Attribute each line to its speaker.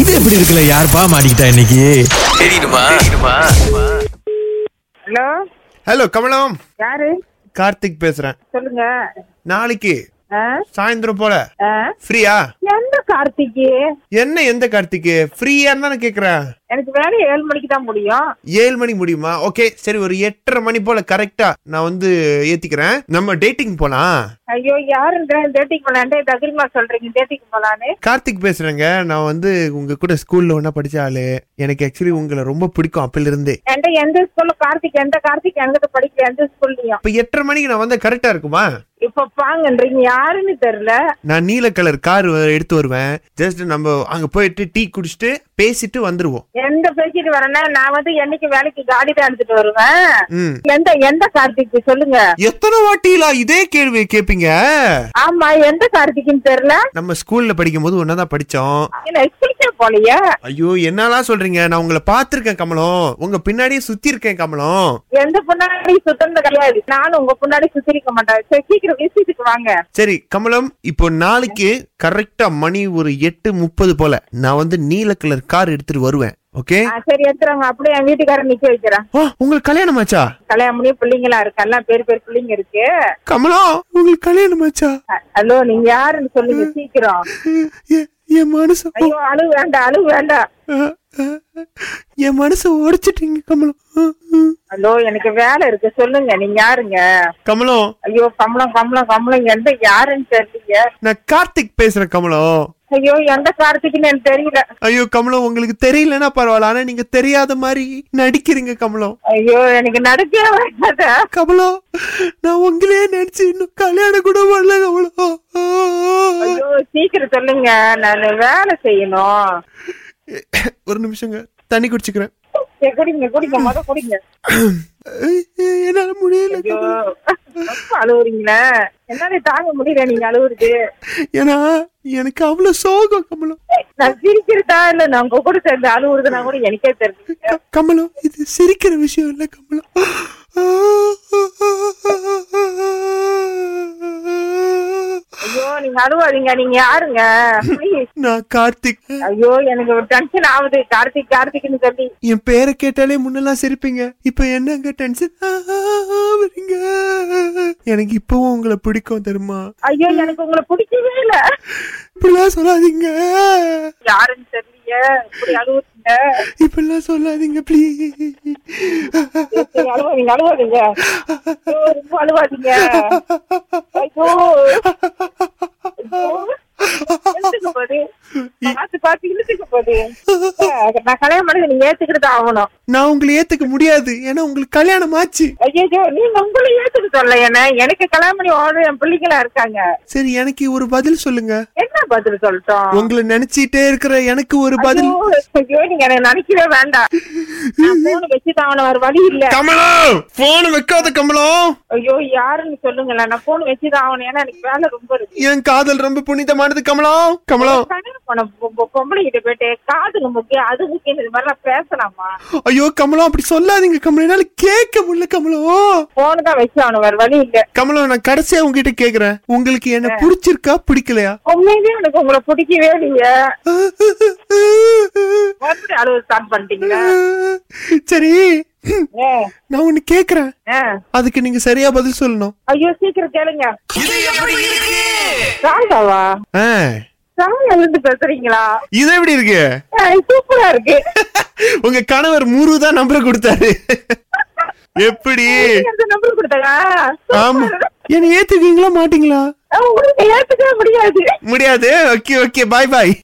Speaker 1: இது எப்படி இருக்குல்ல யாருப்பா மாட்டிக்கிட்டா இன்னைக்கு
Speaker 2: ஹலோ
Speaker 3: ஹலோ கமலம்
Speaker 2: யாரு
Speaker 3: கார்த்திக் பேசுறேன்
Speaker 2: சொல்லுங்க
Speaker 3: நாளைக்கு
Speaker 2: ஆ?
Speaker 3: சாயந்தரம் போல
Speaker 2: ஆ?
Speaker 3: ஃப்ரீயா
Speaker 2: எந்த கார்த்திக்கு
Speaker 3: என்ன எந்த கார்த்திக்கு ஃப்ரீயா தானே கேக்குறேன்
Speaker 2: எனக்கு வேலை ஏழு மணிக்கு தான் முடியும்
Speaker 3: ஏழு மணி முடியுமா ஓகே சரி ஒரு எட்டரை மணி போல கரெக்டா நான் வந்து ஏத்திக்கிறேன் நம்ம டேட்டிங் போலாம்
Speaker 2: ஐயோ யாருங்க டேட்டிங் போலான்ட்டு இது அகிரிமா சொல்றீங்க டேட்டிங் போலான்னு
Speaker 3: கார்த்திக் பேசுறேங்க நான் வந்து உங்க கூட ஸ்கூல்ல ஒண்ணா படிச்ச ஆளு எனக்கு ஆக்சுவலி உங்களை ரொம்ப பிடிக்கும் அப்பல இருந்தே
Speaker 2: என்கிட்ட எந்த ஸ்கூல்ல கார்த்திக் எந்த கார்த்திக் எங்கிட்ட படிக்கல எந்த ஸ்கூல்லையும்
Speaker 3: இப்ப எட்டரை மணிக்கு நான் வந்தா கரெக்டா இருக்குமா
Speaker 2: இப்ப பாங்கன்றீங்க யாருன்னு தெரியல
Speaker 3: நான் நீல கலர் கார் எடுத்து வருவேன் ஜஸ்ட் நம்ம அங்க போயிட்டு டீ குடிச்சிட்டு பேசிட்டு வந்துருவோம்
Speaker 2: எந்த பேசிட்டு வரேன்னா நான் வந்து என்னைக்கு வேலைக்கு காடி தான் எடுத்துட்டு வருவேன்
Speaker 3: ம்
Speaker 2: எந்த எந்த கார்த்திக் சொல்லுங்க
Speaker 3: எத்தனை வாட்டிலா இதே கேள்வி கேப்பீங்க
Speaker 2: ஆமா எந்த கார்த்திக்னு தெரியல
Speaker 3: நம்ம ஸ்கூல்ல படிக்கும்போது ஒன்னாதான் படிச்சோம்
Speaker 2: என்ன ஸ்கூலுக்கே போலையே
Speaker 3: ஐயோ என்னலாம் சொல்றீங்க நான் உங்களை பார்த்திருக்கேன் கமலம் உங்க பின்னாடியே சுத்தி இருக்கேன் கமலம்
Speaker 2: எந்த பொண்ணாடி சுத்தம் கிடையாது நானும் உங்க பொண்ணாடி சுத்திரிக்க மாட்டேன் சரி சீக்கிரம் விசிட்டுக்கு வாங்க
Speaker 3: சரி கமலம் இப்போ நாளைக்கு கரெக்டா மணி ஒரு எட்டு முப்பது போல நான் வந்து நீல கலர் கார் எடுத்துட்டு வருவேன் ஓகே
Speaker 2: ஆ, சரி எடுத்துறாங்க அப்படியே என் வீட்டுக்காரன் நிக்க வைக்கிறேன்
Speaker 3: ஆ, உங்களுக்கு கல்யாணம் ஆச்சா
Speaker 2: கல்யாணம் முடிய பிள்ளைங்களா இருக்கு எல்லாம் பேர் பேர் பிள்ளைங்க இருக்கு
Speaker 3: கமலம் உங்களுக்கு கல்யாணம் ஆச்சா
Speaker 2: அ- ஹலோ நீங்க யாருன்னு சொல்லுங்க சீக்கிரம்
Speaker 3: எ- என் மனசு
Speaker 2: ஐயோ அழு வேண்டாம் அழு வேண்டாம்
Speaker 3: ஆ, ஆ, என் மனசு உடைச்சிட்டீங்க கமலம் ஆ, ஆ.
Speaker 2: ஹலோ எனக்கு வேலை இருக்கு சொல்லுங்க நீங்க யாருங்க
Speaker 3: கமலம்
Speaker 2: ஐயோ கமலம் கமலம் கமலம் எந்த யாருன்னு தெரியல
Speaker 3: நான் கார்த்திக் பேசுறேன் கமலம்
Speaker 2: ஐயோ எந்த கார்த்திக்னு எனக்கு தெரியல
Speaker 3: ஐயோ கமலம் உங்களுக்கு தெரியலன்னா பரவாயில்ல ஆனா நீங்க தெரியாத மாதிரி நடிக்கிறீங்க கமலம்
Speaker 2: ஐயோ எனக்கு நடக்கவே வராத
Speaker 3: கமலம் நான் உங்களே நினைச்சு இன்னும் கல்யாணம் கூட பண்ணல கமலம்
Speaker 2: ஐயோ சீக்கிரம் சொல்லுங்க நான் வேலை செய்யணும்
Speaker 3: ஒரு நிமிஷங்க தண்ணி குடிச்சுக்கிறேன்
Speaker 2: சரி, குடிங்க குடிங்க முத குடிங்க
Speaker 3: என்னால முடியல
Speaker 2: ஐயோ, ரொம்ப அழுவுறீங்களே என்னால தாங்க முடியல நீங்க அழுவுறது
Speaker 3: ஏன்னா எனக்கு அவ்வளவு சோகம் கமலம்
Speaker 2: நான் சிரிக்கிறதா இல்ல நான் உங்க கூட சேர்ந்து அழுவுறதுனா கூட எனக்கே தெரியும்
Speaker 3: க- கமலம் இது சிரிக்கிற விஷயம் இல்ல கமலம்
Speaker 2: ஐயோ நீங்க அழுவாதீங்க நீங்க யாருங்க Please.
Speaker 3: நான் கார்த்திக்
Speaker 2: ஐயோ எனக்கு டென்ஷன் ஆகுது கார்த்திக் கார்த்திக்னு சொல்லி
Speaker 3: என் பேரை கேட்டாலே முன்னெல்லாம் சிரிப்பீங்க இப்ப என்னங்க டென்ஷன் வரீங்க எனக்கு இப்பவும் உங்களை பிடிக்கும் தெரியுமா
Speaker 2: ஐயோ எனக்கு உங்களை பிடிக்கவே இல்ல
Speaker 3: இப்படிலாம் சொல்லாதீங்க
Speaker 2: யாருன்னு தெரியல இப்படி அழுவுறீங்க
Speaker 3: இப்படிலாம் சொல்லாதீங்க ப்ளீஸ்
Speaker 2: சரி, அழுவாதீங்க அழுவாதீங்க ஐயோ, ரொம்ப அழுவாதீங்க ஐயோ ஐயோ. இழுத்துக்க போகுது. பார்த்து பார்த்து இழுத்துக்க போகுது. நான் கல்யாணம் பண்ணது நீங்க ஏத்துக்கிட்டு தான் ஆகணும்
Speaker 3: நான் உங்களை ஏத்துக்க முடியாது ஏன்னா உங்களுக்கு கல்யாணம் ஆச்சு
Speaker 2: ஐயோ நீங்க உங்களை ஏத்துக்கிட்டு சொல்ல என்ன எனக்கு கல்யாணம் பண்ணி ஓடுற என் பிள்ளைங்களா இருக்காங்க
Speaker 3: சரி எனக்கு ஒரு பதில் சொல்லுங்க
Speaker 2: என்ன பதில் சொல்லட்டும்
Speaker 3: உங்களை நினைச்சிட்டே இருக்கிற எனக்கு ஒரு பதில்
Speaker 2: ஐயோ, ஐயோ, நீங்க எனக்கு நினைக்கவே வேண்டாம் நான் போன் வச்சுதான் ஆகணும் வேற வழி இல்ல
Speaker 3: கமலம் போன் வைக்காத கமலம்
Speaker 2: ஐயோ யாருன்னு சொல்லுங்களேன் நான் போன் வச்சுதான் ஆகணும் ஏன்னா எனக்கு வேலை ரொம்ப இருக்கு
Speaker 3: என் காதல் ரொம்ப புனிதமானது கமலம் கமலம்
Speaker 2: கல்யாணம் பண்ண பொ- பொ- பொம்பளை கிட்ட போயிட்டு காதுக்கு முக்கியம் அது முக்கியம் இது மாதிரிலாம் பேசலாமா
Speaker 3: ஐயோ கமலம் அப்படி சொல்லாதீங்க கமலம் என்னால கேட்க முடியல கமலம்
Speaker 2: போன் தான் வச்சு ஆகணும் வேற வழி இல்ல
Speaker 3: கமலம் நான் கடைசியா உங்ககிட்ட கேக்குறேன் உங்களுக்கு என்ன பிடிச்சிருக்கா பிடிக்கலையா
Speaker 2: உண்மையிலேயே எனக்கு உங்களை பிடிக்கவே இல்லைங்க மறுபடியும் அழுவ ஸ்டார்ட் பண்ணிட்டீங்களா
Speaker 3: சரி
Speaker 2: ஏ,
Speaker 3: நான் ஒண்ணு கேக்குறேன்
Speaker 2: ஏ.
Speaker 3: அதுக்கு நீங்க சரியா பதில் சொல்லணும்
Speaker 2: ஐயோ சீக்கிரம் கேளுங்க ராதாவா
Speaker 3: ஆ,
Speaker 2: ராதால இருந்து பேசுறீங்களா
Speaker 3: இது எப்படி இருக்கு
Speaker 2: ஏ, சூப்பரா இருக்கு
Speaker 3: உங்க கணவர் முரு தான் நம்பர் கொடுத்தாரு எப்படி
Speaker 2: எந்த நம்பர் கொடுத்தா
Speaker 3: ஆமா என்ன ஏத்துக்கீங்களா மாட்டீங்களா
Speaker 2: உங்களுக்கு ஏத்துக்கவே முடியாது
Speaker 3: முடியாது ஓகே ஓகே பாய் பாய்